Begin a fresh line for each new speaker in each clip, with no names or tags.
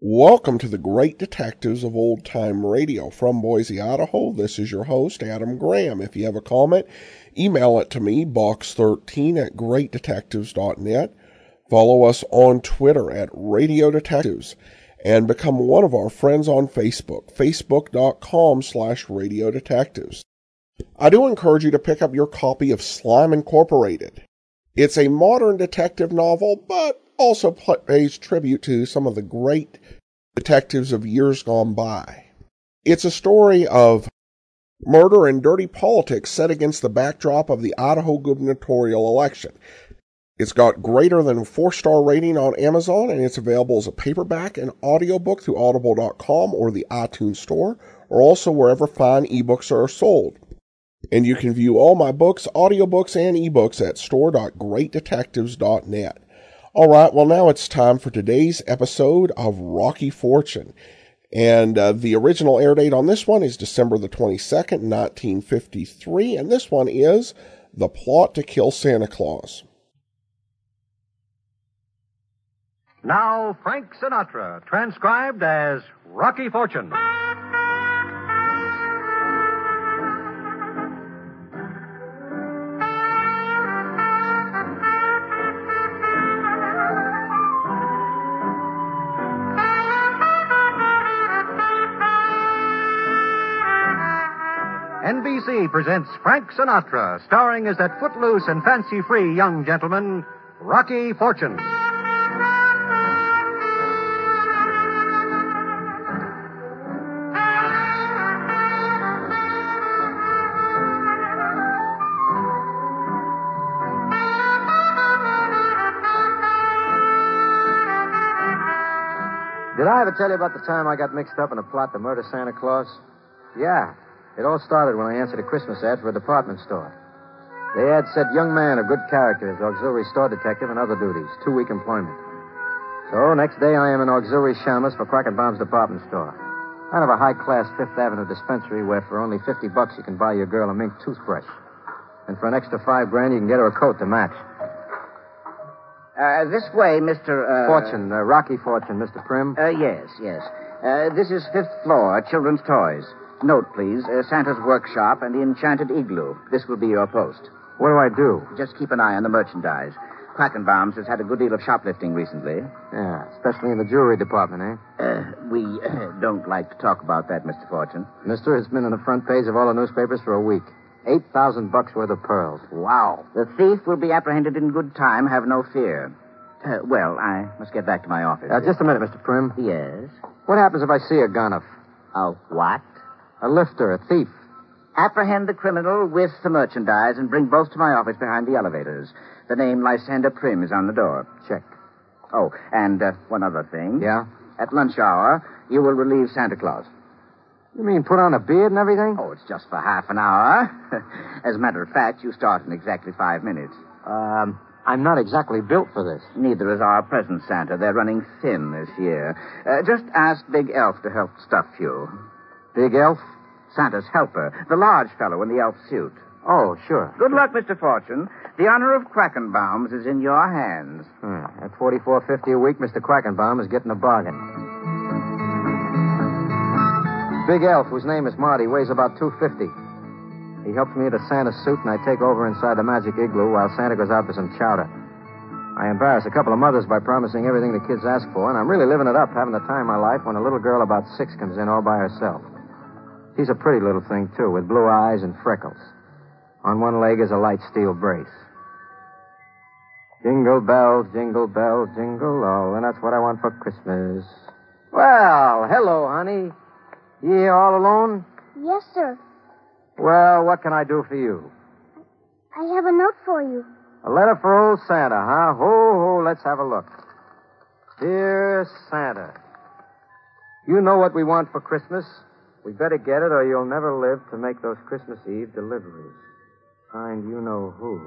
Welcome to the Great Detectives of Old Time Radio. From Boise, Idaho, this is your host, Adam Graham. If you have a comment, email it to me, box13 at greatdetectives.net. Follow us on Twitter at Radio Detectives and become one of our friends on Facebook, facebook.com slash radio detectives. I do encourage you to pick up your copy of Slime Incorporated. It's a modern detective novel, but also pl- pays tribute to some of the great detectives of years gone by. It's a story of murder and dirty politics set against the backdrop of the Idaho gubernatorial election. It's got greater than four star rating on Amazon and it's available as a paperback and audiobook through audible.com or the iTunes store or also wherever fine ebooks are sold. And you can view all my books, audiobooks, and ebooks at store.greatdetectives.net. All right, well, now it's time for today's episode of Rocky Fortune. And uh, the original air date on this one is December the 22nd, 1953. And this one is The Plot to Kill Santa Claus.
Now, Frank Sinatra, transcribed as Rocky Fortune. NBC presents Frank Sinatra, starring as that footloose and fancy free young gentleman, Rocky Fortune.
Did I ever tell you about the time I got mixed up in a plot to murder Santa Claus? Yeah. It all started when I answered a Christmas ad for a department store. The ad said, young man of good character is auxiliary store detective and other duties, two week employment. So next day I am an auxiliary shamus for Crockett Baum's department store. Kind of a high class Fifth Avenue dispensary where for only 50 bucks you can buy your girl a mink toothbrush. And for an extra five grand you can get her a coat to match.
Uh, this way, Mr. Uh...
Fortune, uh, Rocky Fortune, Mr. Prim.
Uh, yes, yes. Uh, this is fifth floor, children's toys. Note, please, uh, Santa's workshop and the enchanted igloo. This will be your post.
What do I do?
Just keep an eye on the merchandise. Quackenbaum's has had a good deal of shoplifting recently.
Yeah, especially in the jewelry department, eh?
Uh, we don't like to talk about that, Mr. Fortune.
Mister, it's been on the front page of all the newspapers for a week. 8,000 bucks worth of pearls.
Wow. The thief will be apprehended in good time, have no fear. Uh, well, I must get back to my office.
Uh, just a minute, Mr. Prim.
Yes?
What happens if I see a Gonoff?
A what?
A lifter, a thief.
Apprehend the criminal with the merchandise and bring both to my office behind the elevators. The name Lysander Prim is on the door.
Check.
Oh, and uh, one other thing.
Yeah?
At lunch hour, you will relieve Santa Claus.
You mean put on a beard and everything?
Oh, it's just for half an hour. As a matter of fact, you start in exactly five minutes.
Um, I'm not exactly built for this.
Neither is our present Santa. They're running thin this year. Uh, just ask Big Elf to help stuff you.
Big elf?
Santa's helper, the large fellow in the elf suit.
Oh, sure.
Good luck, Mr. Fortune. The honor of Quackenbaum's is in your hands.
Hmm. At forty-four fifty a week, Mr. Quackenbaum is getting a bargain. Big elf, whose name is Marty, weighs about 250. He helps me into Santa's suit, and I take over inside the magic igloo while Santa goes out for some chowder. I embarrass a couple of mothers by promising everything the kids ask for, and I'm really living it up, having the time of my life when a little girl about six comes in all by herself. She's a pretty little thing, too, with blue eyes and freckles. On one leg is a light steel brace. Jingle bell, jingle bell, jingle all, and that's what I want for Christmas. Well, hello, honey. You here all alone?
Yes, sir.
Well, what can I do for you?
I have a note for you.
A letter for old Santa, huh? Ho, ho, let's have a look. Dear Santa, you know what we want for Christmas. We better get it, or you'll never live to make those Christmas Eve deliveries. Signed, you know who.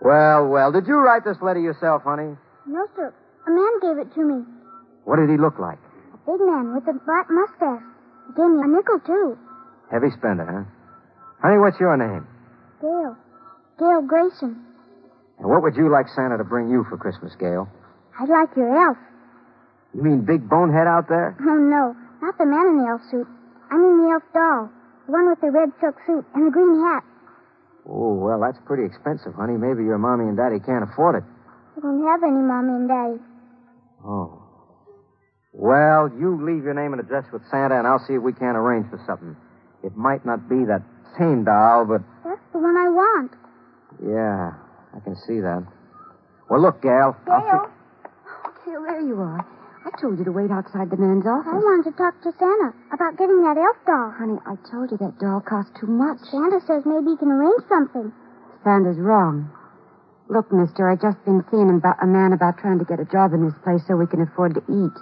Well, well, did you write this letter yourself, honey?
No, sir. A man gave it to me.
What did he look like?
A big man with a black mustache. He gave me a nickel, too.
Heavy spender, huh? Honey, what's your name?
Gail. Gail Grayson.
And what would you like Santa to bring you for Christmas, Gail?
I'd like your elf.
You mean Big Bonehead out there?
Oh, no. Not the man in the elf suit. I mean the elf doll. The one with the red silk suit and the green hat.
Oh, well, that's pretty expensive, honey. Maybe your mommy and daddy can't afford it.
We don't have any mommy and daddy.
Oh. Well, you leave your name and address with Santa, and I'll see if we can't arrange for something. It might not be that same doll, but
That's the one I want.
yeah, I can see that. Well, look, Gail. I'll fi-
Gail,
Gail, there you are. I told you to wait outside the man's
I
office.
wanted to talk to Santa about getting that elf doll.
Honey, I told you that doll cost too much.
Santa says maybe he can arrange something.
Sandra's wrong. Look, mister, i just been seeing about a man about trying to get a job in this place so we can afford to eat.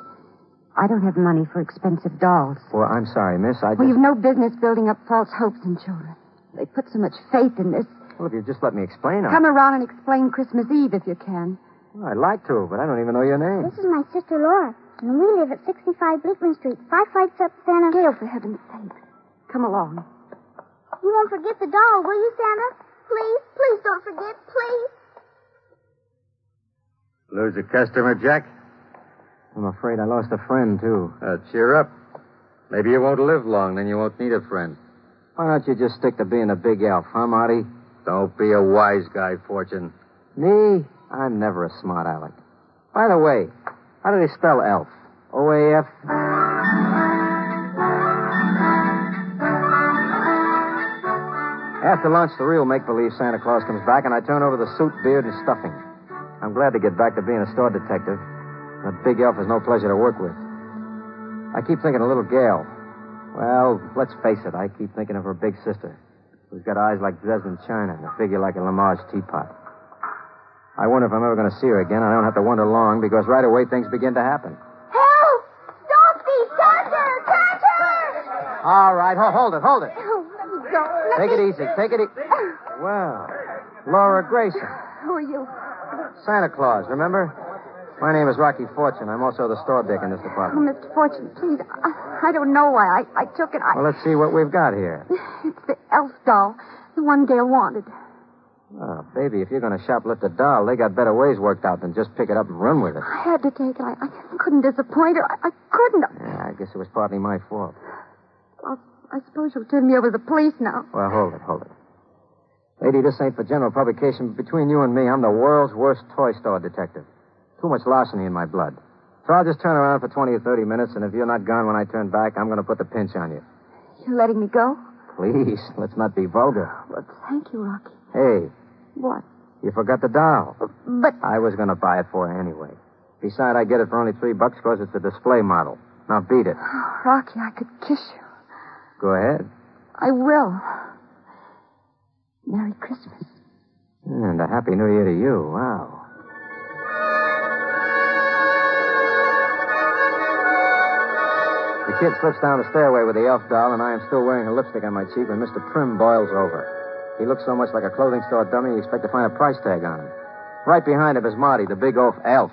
I don't have money for expensive dolls.
Well, I'm sorry, miss. I just...
Well, you've no business building up false hopes in children. They put so much faith in this.
Well, if you just let me explain, I...
Come around and explain Christmas Eve if you can.
Well, I'd like to, but I don't even know your name.
This is my sister Laura, and we live at 65 Bleakman Street, five flights up Santa.
Gail, for heaven's sake, come along.
You won't forget the doll, will you, Santa? Please, please don't forget, please.
Lose a customer, Jack?
I'm afraid I lost a friend, too.
Uh, cheer up. Maybe you won't live long, then you won't need a friend.
Why don't you just stick to being a big elf, huh, Marty?
Don't be a wise guy, Fortune.
Me? I'm never a smart aleck. By the way, how do they spell elf? O-A-F? After lunch, the real make-believe Santa Claus comes back, and I turn over the suit, beard, and stuffing. I'm glad to get back to being a store detective. That big elf is no pleasure to work with. I keep thinking of little Gail. Well, let's face it, I keep thinking of her big sister, who's got eyes like Dresden china and a figure like a Lamarge teapot. I wonder if I'm ever going to see her again. I don't have to wonder long because right away things begin to happen.
Help! Don't be Santa! Santa!
All right, ho- hold it, hold it.
Oh, let me go. Let
Take
me...
it easy, take it e-, easy. Well, Laura Grayson,
Who are you?
Santa Claus, remember? My name is Rocky Fortune. I'm also the store dick in this
Oh,
department.
Mr. Fortune, please. I, I don't know why I, I took it. I,
Well, let's see what we've got here.
It's the elf doll, the one Gail wanted.
Oh, baby, if you're going to shoplift a doll, they got better ways worked out than just pick it up and run with it.
I had to take it. I, I couldn't disappoint her. I, I couldn't.
Yeah, I guess it was partly my fault.
I, I suppose you'll turn me over to the police now.
Well, hold it, hold it. Lady, this ain't for general publication, but between you and me, I'm the world's worst toy store detective. Too much larceny in my blood. So I'll just turn around for 20 or 30 minutes, and if you're not gone when I turn back, I'm going to put the pinch on you.
You're letting me go?
Please, let's not be vulgar.
Well, thank you, Rocky.
Hey,
What?
you forgot the doll.
But
I was going to buy it for her anyway. Besides, I get it for only three bucks because it's a display model. Now beat it.
Rocky, I could kiss you.
Go ahead.
I will. Merry Christmas.
And a Hmm, happy new year to you. Wow. The kid slips down the stairway with the elf doll, and I am still wearing a lipstick on my cheek when Mr. Prim boils over. He looks so much like a clothing store dummy, you expect to find a price tag on him. Right behind him is Marty, the big oaf elf.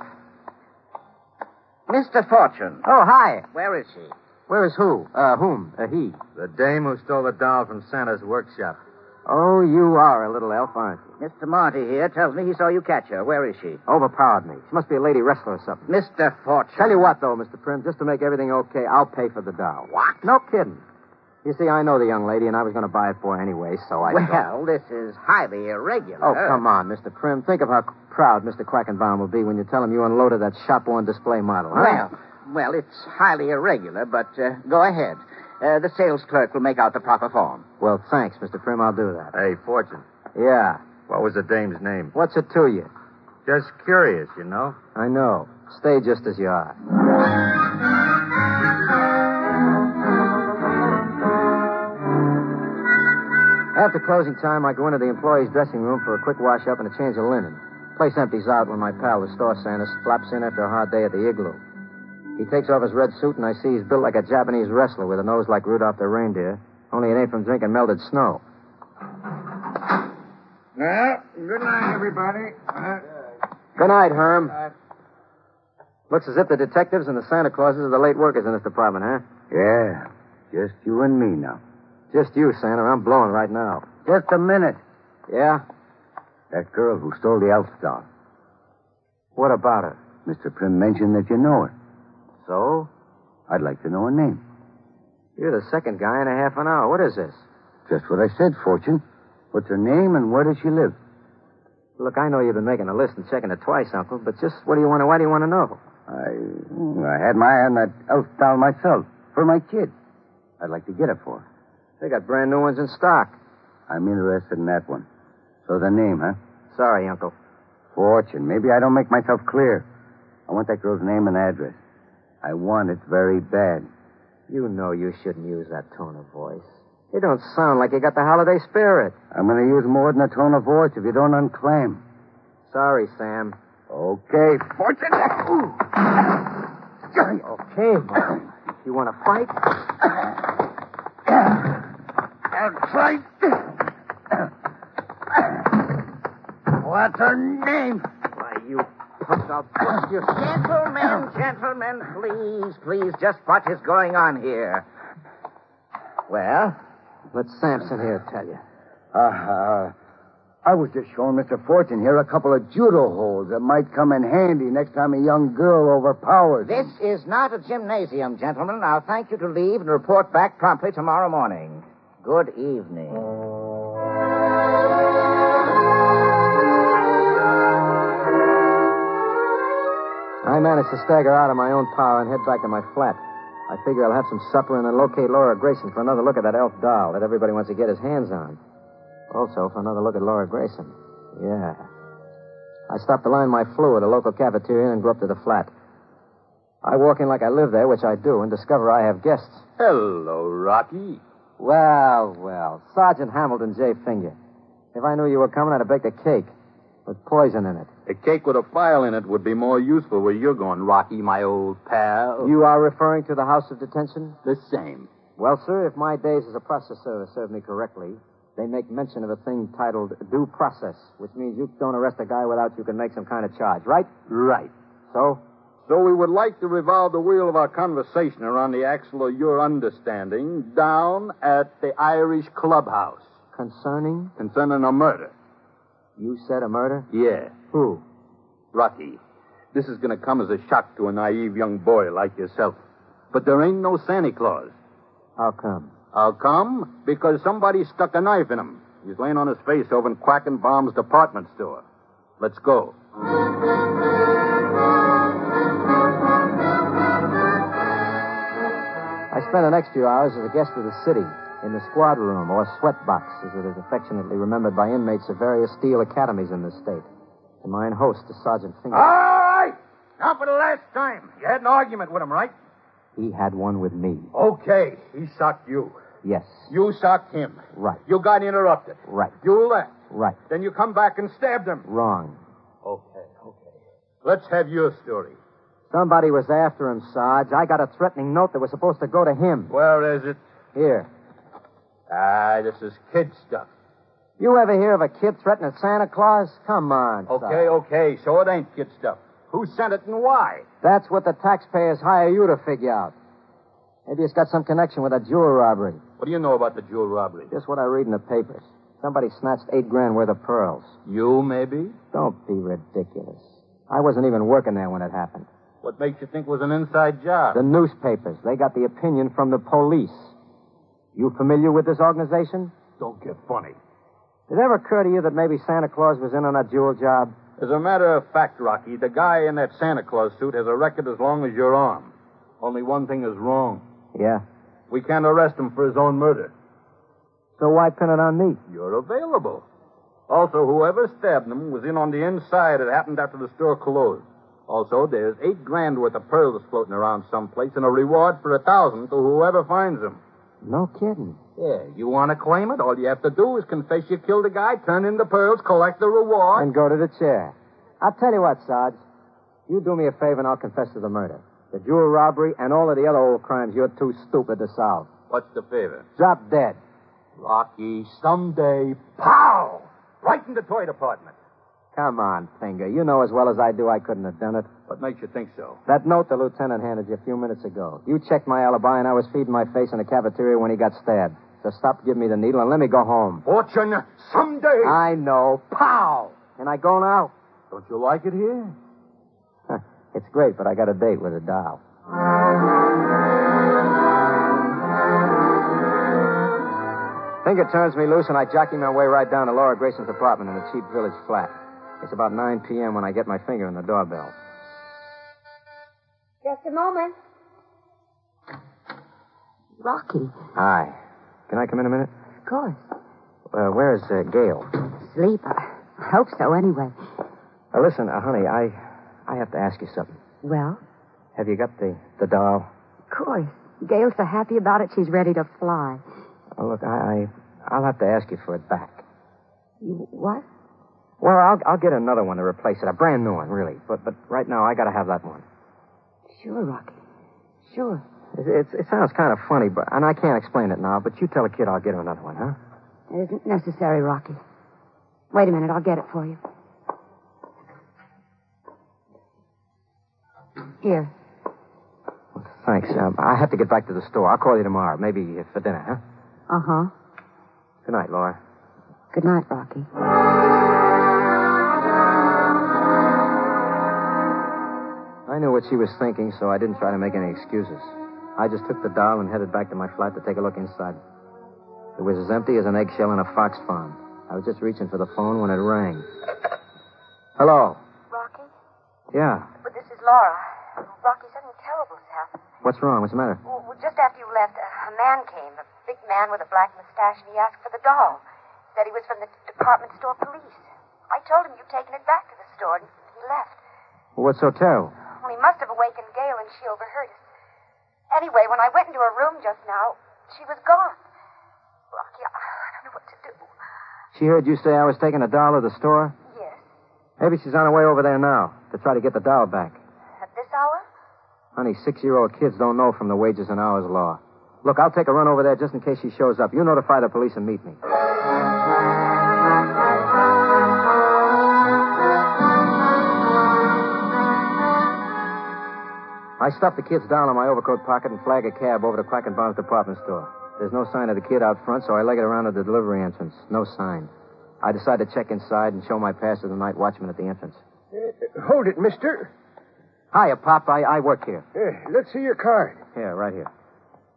Mr. Fortune,
Oh, hi.
where is she?
Where is who? Uh, whom? Uh, he.
The dame who stole the doll from Santa's workshop.
Oh, you are a little elf, aren't you?
Mr. Monty here tells me he saw you catch her. Where is she?
Overpowered me. She must be a lady wrestler or something.
Mr. Fortune.
Tell you what, though, Mr. Prim, just to make everything okay, I'll pay for the doll.
What?
No kidding. You see, I know the young lady, and I was going to buy it for her anyway, so I. thought-
Well, uh, this is highly irregular.
Oh, come on, Mr. Prim. Think of how proud Mr. Quackenbaum will be when you tell him you unloaded that shop-worn display model. huh?
Well, well, it's highly irregular, but uh, go ahead. Uh, the sales clerk will make out the proper form.
Well, thanks, Mr. Prim. I'll do that.
Hey, Fortune,
Yeah.
what was the dame's name?
What's it to you?
Just curious, you know.
I know. Stay just as you are. After closing time, I go into the employee's dressing room for a quick wash up and a change of linen. Place empties out when my pal, the store Santa, slaps in after a hard day at the igloo. He takes off his red suit, and I see he's built like a Japanese wrestler with a nose like Rudolph the reindeer, only it ain't from drinking melted snow.
Well, good night, everybody. Uh,
Good night, Herm. Looks as if the detectives and the Santa Clauses are the late workers in this department, huh?
yeah, just you and me now.
Just you, Santa. I'm blowing right now.
Just a minute.
Yeah?
That girl who stole the elf doll.
What about her?
Mr. Prim mentioned that you know her.
So?
I'd like to know her name.
You're the second guy in a half an hour. What is this?
Just what I said, Fortune. What's her name and where does she live?
Look, I know you've been making a list and checking it twice, Uncle, but just what do you want to, why do you want to know?
I I had my eye on that elf doll myself for my kid. I'd like to get it for her.
They got brand new ones in stock.
I'm interested in that one. So the name, huh?
Sorry, Uncle.
Fortune. Maybe I don't make myself clear. I want that girl's name and address. I want it very bad.
You know you shouldn't use that tone of voice. You don't sound like you got the holiday spirit.
I'm going to use more than a tone of voice if you don't unclaim.
Sorry, Sam.
Okay, Fortune.
Okay, Mom. You want to fight?
That's right. What's her name?
Why, you punk, I'll bust your...
Gentlemen, gentlemen, please, please, just what is going on here? Well,
Let Samson here tell you.
Uh, uh, I was just showing Mr. Fortune here a couple of judo holds that might come in handy next time a young girl overpowers.
this is not a gymnasium, gentlemen. I'll thank you to leave and report back promptly tomorrow morning. Good evening.
I managed to stagger out of my own power and head back to my flat. I figure I'll have some supper and then locate Laura Grayson for another look at that elf doll that everybody wants to get his hands on. Also, for another look at Laura Grayson. Yeah. I stopped to line my flu at a local cafeteria and go up to the flat. I walk in like I live there, which I do, and discover I have guests.
Hello, Rocky.
Well, well, Sergeant Hamilton J. Finger. If I knew you were coming, I'd have baked a cake with poison in it.
A cake with a file in it would be more useful where you're going, Rocky, my old pal.
You are referring to the House of Detention?
the same.
Well, sir, if my days as a process server serve me correctly, they make mention of a thing titled due process, which means you don't arrest a guy without you can make some kind of charge, right?
Right.
So,
So we would like to revolve the wheel of our conversation around the axle of your understanding down at the Irish clubhouse
concerning,
concerning a murder.
you said a murder?
Yeah.
Who?
Rocky, this is going to come as a shock to a naive young boy like yourself. But there ain't no Santa Claus.
How come?
How come? Because somebody stuck a knife in him. He's laying on his face over in Quackenbaum's department store. Let's go.
I spent the next few hours as a guest of the city in the squad room, or sweat box, as it is affectionately remembered by inmates of various steel academies in this state. And mine host, the Sergeant Finger,
right. Now for the last time. You had an argument with him, right?
he had one with me.
Okay. He socked you.
Yes,
You socked him.
Right.
You got interrupted.
right,
You left.
right,
Then you come back and stabbed him.
wrong.
Okay, okay. Let's have your story.
Somebody was after him, Sarge. I got a threatening note that was supposed to go to him.
Where is it?
Here.
Ah, this is kid stuff.
You ever hear of a kid threatening Santa Claus? Come on.
Okay,
Sarge.
okay. So it ain't kid stuff. Who sent it and why?
That's what the taxpayers hire you to figure out. Maybe it's got some connection with a jewel robbery.
What do you know about the jewel robbery?
Just what I read in the papers. Somebody snatched eight grand worth of pearls.
You, maybe?
Don't be ridiculous. I wasn't even working there when it happened.
What makes you think was an inside job?
The newspapers, they got the opinion from the police. You familiar with this organization?
Don't get funny.
Did it ever occur to you that maybe Santa Claus was in on a jewel job?
As a matter of fact, Rocky, the guy in that Santa Claus suit has a record as long as your arm. Only one thing is wrong.
Yeah.
We can't arrest him for his own murder.
So why pin it on me?
You're available. Also, whoever stabbed him was in on the inside. It happened after the store closed. Also, there's eight grand worth of pearls floating around someplace and a reward for a thousand to whoever finds them.
No kidding.
Yeah, you want to claim it? All you have to do is confess you killed a guy, turn in the pearls, collect the reward.
And go to the chair. I'll tell you what, Sarge. You do me a favor and I'll confess to the murder, the jewel robbery, and all of the other old crimes you're too stupid to solve.
What's the favor?
Drop dead.
Rocky, someday, pow! Right in the toy department.
Come on, Finger. You know as well as I do I couldn't have done it.
What makes you think so?
That note the lieutenant handed you a few minutes ago. You checked my alibi and I was feeding my face in the cafeteria when he got stabbed. So stop giving me the needle and let me go home.
Fortune, someday.
Ah,
I know. Pow! Can I go now?
Don't you like it here?
Huh, It's great, but I got a date with a doll. Finger turns me loose, and I jockey my way right down to Laura Grayson's apartment in the cheap village flat. It's about 9 p.m. when I get my finger on the doorbell.
Just a moment.
Rocky,
Hi. Can I come in a minute?
of course.
Uh, where is uh, Gail?
Sleep. I hope so, anyway.
Uh, listen, uh, honey, I, I have to ask you something.
Well,
Have you got the, the doll?
of course. Gail's so happy about it, she's ready to fly.
Oh, look, I, I, I'll have to ask you for it back.
You what?
Well, I'll, I'll get another one to replace it, a brand new one, really. But, but right now, I got to have that one.
Sure, Rocky. Sure.
It, it, it sounds kind of funny, but and I can't explain it now. But you tell a kid I'll get him another one, huh?
It isn't necessary, Rocky. Wait a minute, I'll get it for you. Here.
Thanks. Um, I have to get back to the store. I'll call you tomorrow, maybe uh, for dinner, huh?
Uh huh.
Good night, Laura.
Good night, Rocky.
I knew what she was thinking, so I didn't try to make any excuses. I just took the doll and headed back to my flat to take a look inside. It was as empty as an eggshell in a fox pond. I was just reaching for the phone when it rang. Hello.
Rocky?
Yeah.
Well, this is Laura. Rocky, something terrible's happened.
What's wrong? What's the matter?
Well, well, just after you left, a a man came, a big man with a black mustache, and he asked for the doll. Said he was from the d- department store police. I told him you'd taken it back to the store, and he left.
What's so terrible?
Well, he must have awakened Gail, and she overheard us. Anyway, when I went into her room just now, she was gone. Rocky, I I don't know what to do.
She heard you say I was taking a doll to the store.
Yes,
Maybe she's on her way over there now to try to get the doll back.
at this hour?
Honey, six-year-old kids don't know from the wages and hours law. Look, I'll take a run over there just in case she shows up. You notify the police and meet me. I stuffed the kids down in my overcoat pocket and flagged a cab over to Quack and Bomb's department store. There's no sign of the kid out front, so I leg it around to the delivery entrance. No sign. I decide to check inside and show my pass to the night watchman at the entrance.
Hold it, mister.
Hiya, Pop. I, I work here.
Yeah, let's see your card.
Here, right here.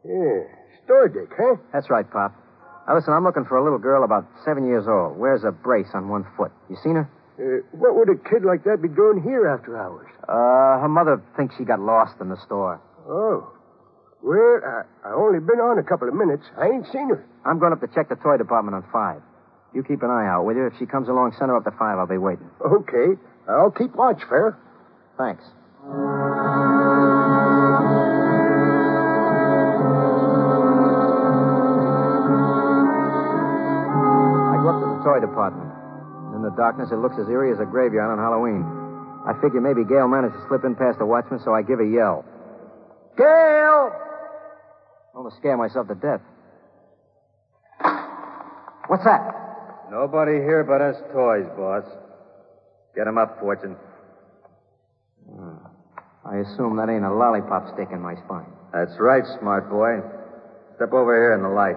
Yeah. Store dick, huh?
That's right, Pop. Now, listen, I'm looking for a little girl about seven years old. Wears a brace on one foot. You seen her?
Uh, what would a kid like that be doing here after hours?
Uh, her mother thinks she got lost in the store.
Oh. Well, I, I only been on a couple of minutes. I ain't seen her.
I'm going up to check the toy department on five. You keep an eye out, will you? If she comes along, send her up to five. I'll be waiting.
Okay. I'll keep watch, fair.
Thanks. I go up to the toy department. In the darkness, it looks as eerie as a graveyard on Halloween. I figure maybe Gail managed to slip in past the watchman, so I give a yell. Gail! Almost scare myself to death. What's that?
Nobody here but us toys, boss. Get 'em up, Fortune.
Hmm. I assume that ain't a lollipop stick in my spine.
That's right, smart boy. Step over here in the light.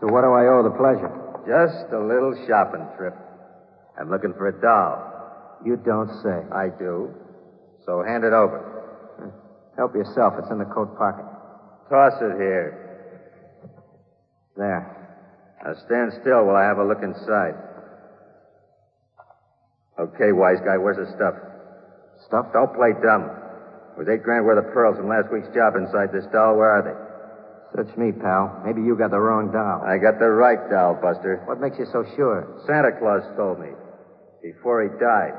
So what do I owe the pleasure?
Just a little shopping trip. I'm looking for a doll.
You don't say.
I do. So hand it over.
Help yourself. It's in the coat pocket.
Toss it here.
There.
Now stand still while I have a look inside. Okay, wise guy, where's the stuff?
Stuff?
Don't play dumb. With eight grand worth of pearls from last week's job inside this doll, where are they?
Search me, pal. Maybe you got the wrong doll.
I got the right doll, Buster.
What makes you so sure?
Santa Claus told me before he died.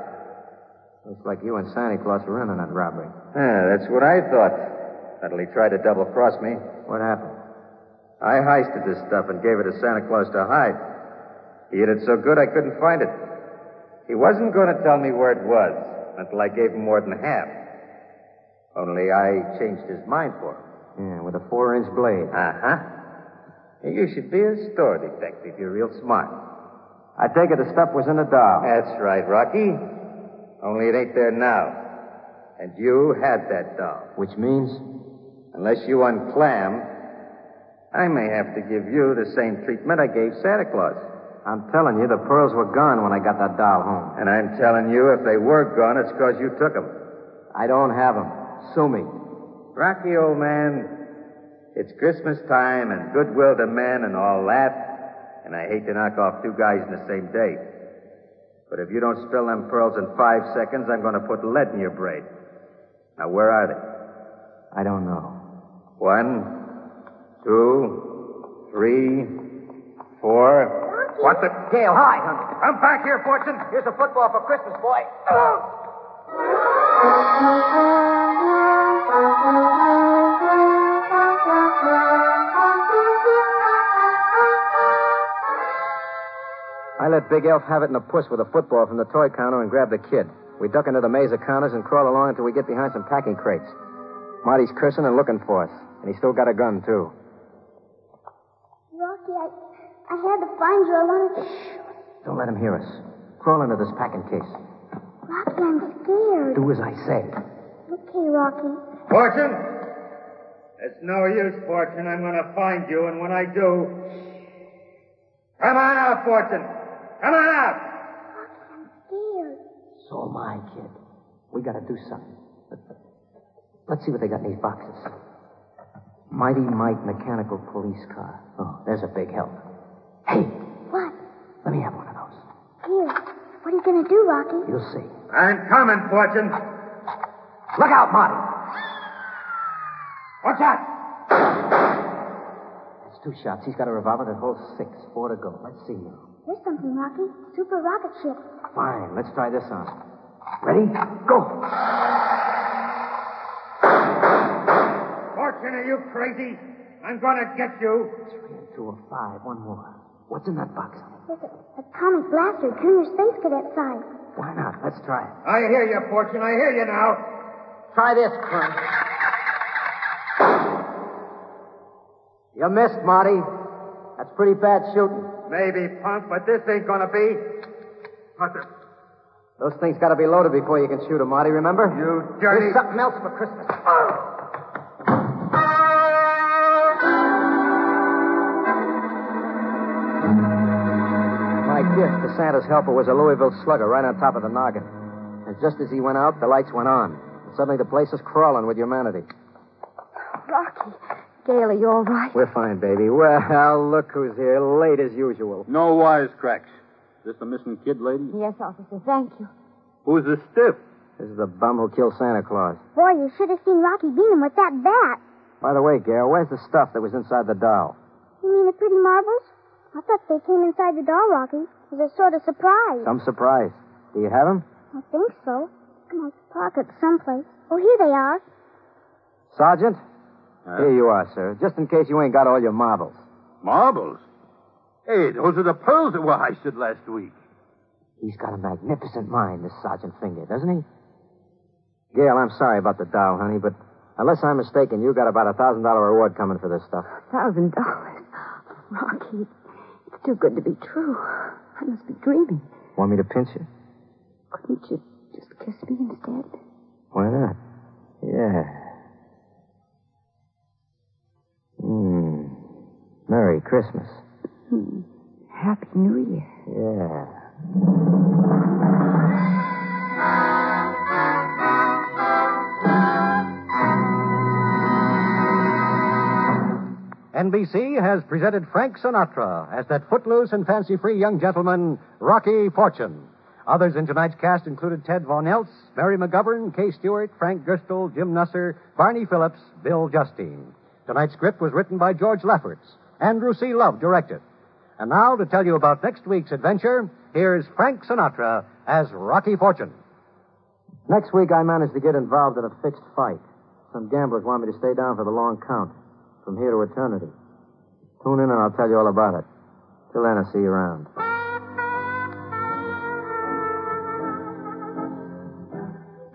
Looks like you and Santa Claus were in on that robbery.
Ah, that's what I thought. Until he tried to double cross me.
What happened?
I heisted this stuff and gave it to Santa Claus to hide. He hid it so good I couldn't find it. He wasn't going to tell me where it was until I gave him more than half. Only I changed his mind for him.
Yeah, with a four-inch blade.
Uh huh. You should be a store detective. You're real smart.
I take it the stuff was in the doll.
That's right, Rocky. Only it ain't there now. And you had that doll.
Which means?
Unless you unclam, I may have to give you the same treatment I gave Santa Claus.
I'm telling you, the pearls were gone when I got that doll home.
And I'm telling you, if they were gone, it's because you took 'em.
I don't have them. Sue me.
Rocky, old man, it's Christmas time and goodwill to men and all that, and I hate to knock off two guys in the same day. But if you don't spill them pearls in five seconds, I'm going to put lead in your brain. Now, where are they?
I don't know.
One, two, three, four. What the?
Gail, hide, honey.
Come back here, Fortune.
Here's a football for Christmas, boy. I let Big Elf have it in the puss with a football from the toy counter and grab the kid. We duck into the maze of counters and crawl along until we get behind some packing crates. Marty's cursing and looking for us, and he's still got a gun, too.
Rocky, I, I had to find you alone.
Don't let him hear us. Crawl into this packing case.
Rocky, I'm scared.
Do as I say.
Okay, Rocky.
Fortune? It's no use, Fortune. I'm going to find you, and when I do. Come on out, Fortune! Come on out!
Scared.
So am I, kid. We gotta do something. Let's see what they got in these boxes. Mighty Mike mechanical police car. Oh, there's a big help. Hey,
What?
let me have one of those.
Here. What are you going to do, Rocky?
You'll see.
I'm coming, Fortune!
Look out, Marty. Watch out. That's two shots. He's got a revolver that holds six. Four to go. Let's see now.
There's something, Rocky. Super rocket ship.
Fine. Let's try this on. Ready? Go.
Fortune, are you crazy? I'm going to get you!
Three and two and five. One more. What's in that box?
There's a atomic blaster, Junior Space Cadet size.
Why not? Let's try it.
I hear you, Fortune. I hear you now.
Try this, Clint. You missed, Marty. That's pretty bad shooting.
Maybe, punk, but this ain't going to be. What the?
Those things got to be loaded before you can shoot 'em, Marty. Remember?
You dirty-
Here's something else for Christmas. My gift to Santa's helper was a Louisville slugger right on top of the noggin. And just as he went out, the lights went on. And suddenly the place is crawling with humanity.
Rocky. Gail, are you all right?
We're fine, baby. Well, look who's here, late as usual.
No wisecracks. This the missing kid lady?
Yes, officer. Thank you.
Who's the stiff?
This is the bum who killed Santa Claus.
Boy, you should have seen Rocky beat him with that bat.
By the way, Gail, where's the stuff that was inside the doll?
You mean the pretty marbles? I thought they came inside the doll, Rocky. It was a sort of surprise.
Some surprise. Do you have 'em?
I think so. In my pocket someplace. Oh, here they are.
Sergeant? Here you are, sir. Just in case you ain't got all your marbles.
Marbles? Hey, those are the pearls that were heisted last week.
He's got a magnificent mind, this Sergeant Finger, doesn't he? Gail, I'm sorry about the doll, honey, but unless I'm mistaken, you got about a thousand dollar reward coming for this stuff.
Thousand dollars. Rocky, it's too good to be true. I must be dreaming.
Want me to pinch you?
Couldn't you just kiss me instead?
Why not? Yeah. Hmm. Merry Christmas.
Happy New Year.
Yeah.
NBC has presented Frank Sinatra as that footloose and fancy free young gentleman, Rocky Fortune. Others in tonight's cast included Ted Von Eltz, Mary McGovern, Kay Stewart, Frank Gerstel, Jim Nusser, Barney Phillips, Bill Justine. Tonight's script was written by George Lefferts. Andrew C. Love directed. And now, to tell you about next week's adventure, here's Frank Sinatra as Rocky Fortune.
Next week, I managed to get involved in a fixed fight. Some gamblers want me to stay down for the long count, from here to eternity. Tune in and I'll tell you all about it. Till then, I'll see you around.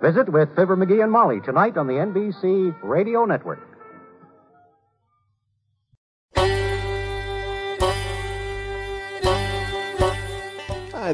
Visit with Fibber McGee and Molly tonight on the NBC Radio Network.
Hi,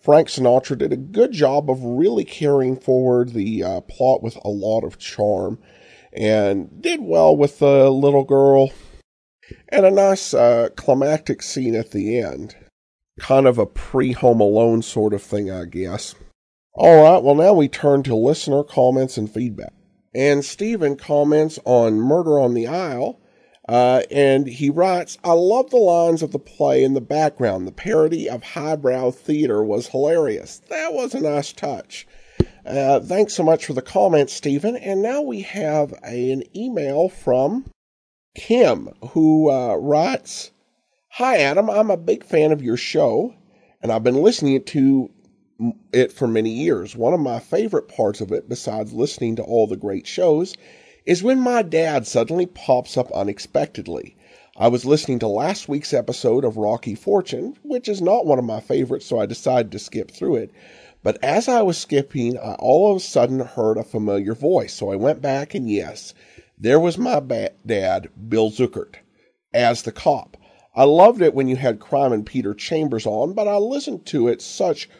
Frank Sinatra did a good job of really carrying forward the uh, plot with a lot of charm and did well with the little girl and a nice uh, climactic scene at the end. Kind of a pre Home Alone sort of thing, I guess. All right, well, now we turn to listener comments and feedback. And Stephen comments on Murder on the Isle, uh, and he writes, I love the lines of the play in the background. The parody of highbrow theater was hilarious. That was a nice touch. Uh, thanks so much for the comment, Stephen. And now we have a- an email from Kim, who uh, writes, Hi, Adam. I'm a big fan of your show, and I've been listening to m- it for many years. One of my favorite parts of it, besides listening to all the great shows, is when my dad suddenly pops up unexpectedly. I was listening to last week's episode of Rocky Fortune, which is not one of my favorites, so I decided to skip through it. But as I was skipping, I all of a sudden heard a familiar voice, so I went back, and yes, there was my ba- dad, Bill Zuckert, as the cop. I loved it when you had Crime and Peter Chambers on, but I listened to it such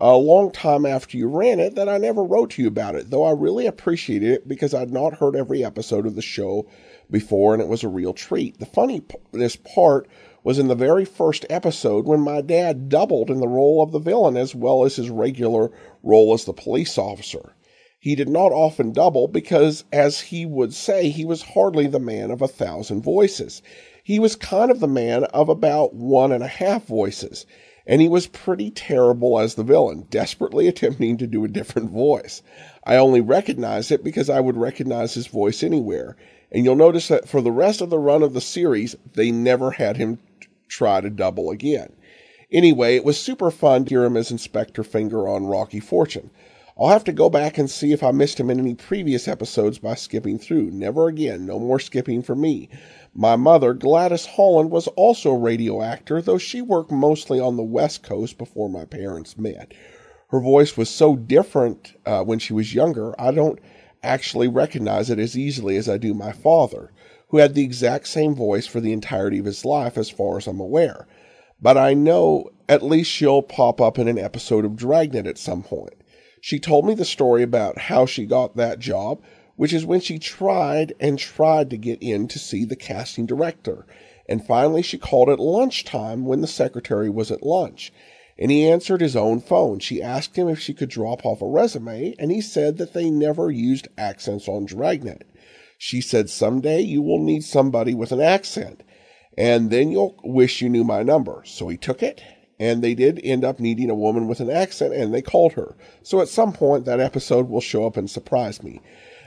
a long time after you ran it that I never wrote to you about it, though I really appreciated it because I'd not heard every episode of the show before and it was a real treat. The funny p- this part was in the very first episode when my dad doubled in the role of the villain as well as his regular role as the police officer. He did not often double because, as he would say, he was hardly the man of a thousand voices. He was kind of the man of about one and a half voices, and he was pretty terrible as the villain, desperately attempting to do a different voice. I only recognized it because I would recognize his voice anywhere, and you'll notice that for the rest of the run of the series, they never had him t- try to double again. Anyway, it was super fun to hear him as Inspector Finger on Rocky Fortune. I'll have to go back and see if I missed him in any previous episodes by skipping through. Never again, no more skipping for me. My mother, Gladys Holland, was also a radio actor, though she worked mostly on the West Coast before my parents met. Her voice was so different uh, when she was younger, I don't actually recognize it as easily as I do my father, who had the exact same voice for the entirety of his life, as far as I'm aware. But I know at least she'll pop up in an episode of Dragnet at some point. She told me the story about how she got that job, which is when she tried and tried to get in to see the casting director. And finally, she called at lunchtime when the secretary was at lunch. And he answered his own phone. She asked him if she could drop off a resume, and he said that they never used accents on Dragnet. She said, Someday you will need somebody with an accent, and then you'll wish you knew my number. So he took it, and they did end up needing a woman with an accent, and they called her. So at some point, that episode will show up and surprise me.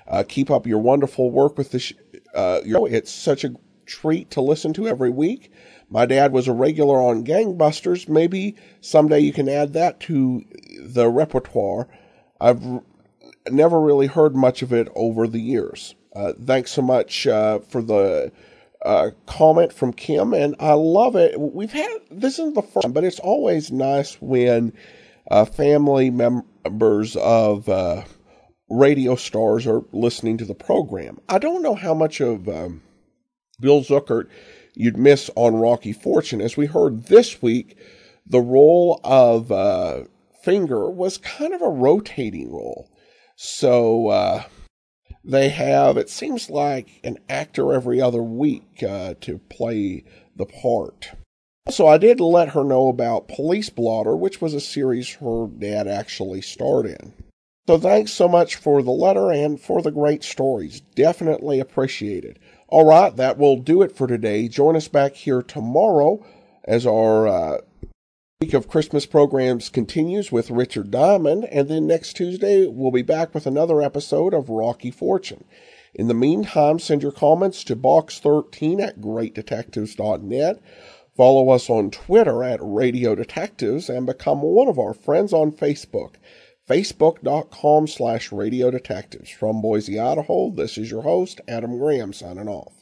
Uh, keep up your wonderful work with the sh- uh, your- It's such a treat to listen to every week. My dad was a regular on Gangbusters. Maybe someday you can add that to the repertoire. I've r- never really heard much of it over the years. Uh, thanks so much uh, for the uh, comment from Kim, and I love it. We've had this is the first, time, but it's always nice when uh, family members of uh, radio stars are listening to the program. I don't know how much of um, Bill Zuckert you'd miss on Rocky Fortune. As we heard this week, the role of uh, Finger was kind of a rotating role. So uh, they have, it seems like, an actor every other week uh, to play the part. Also, I did let her know about Police Blotter, which was a series her dad actually starred in. So thanks so much for the letter and for the great stories. Definitely appreciate it. All right, that will do it for today. Join us back here tomorrow as our uh, week of Christmas programs continues with Richard Diamond, and then next Tuesday we'll be back with another episode of Rocky Fortune. In the meantime, send your comments to box13 at greatdetectives.net. Follow us on Twitter at Radio Detectives and become one of our friends on Facebook. Facebook.com slash Radio Detectives. From Boise, Idaho, this is your host, Adam Graham, signing off.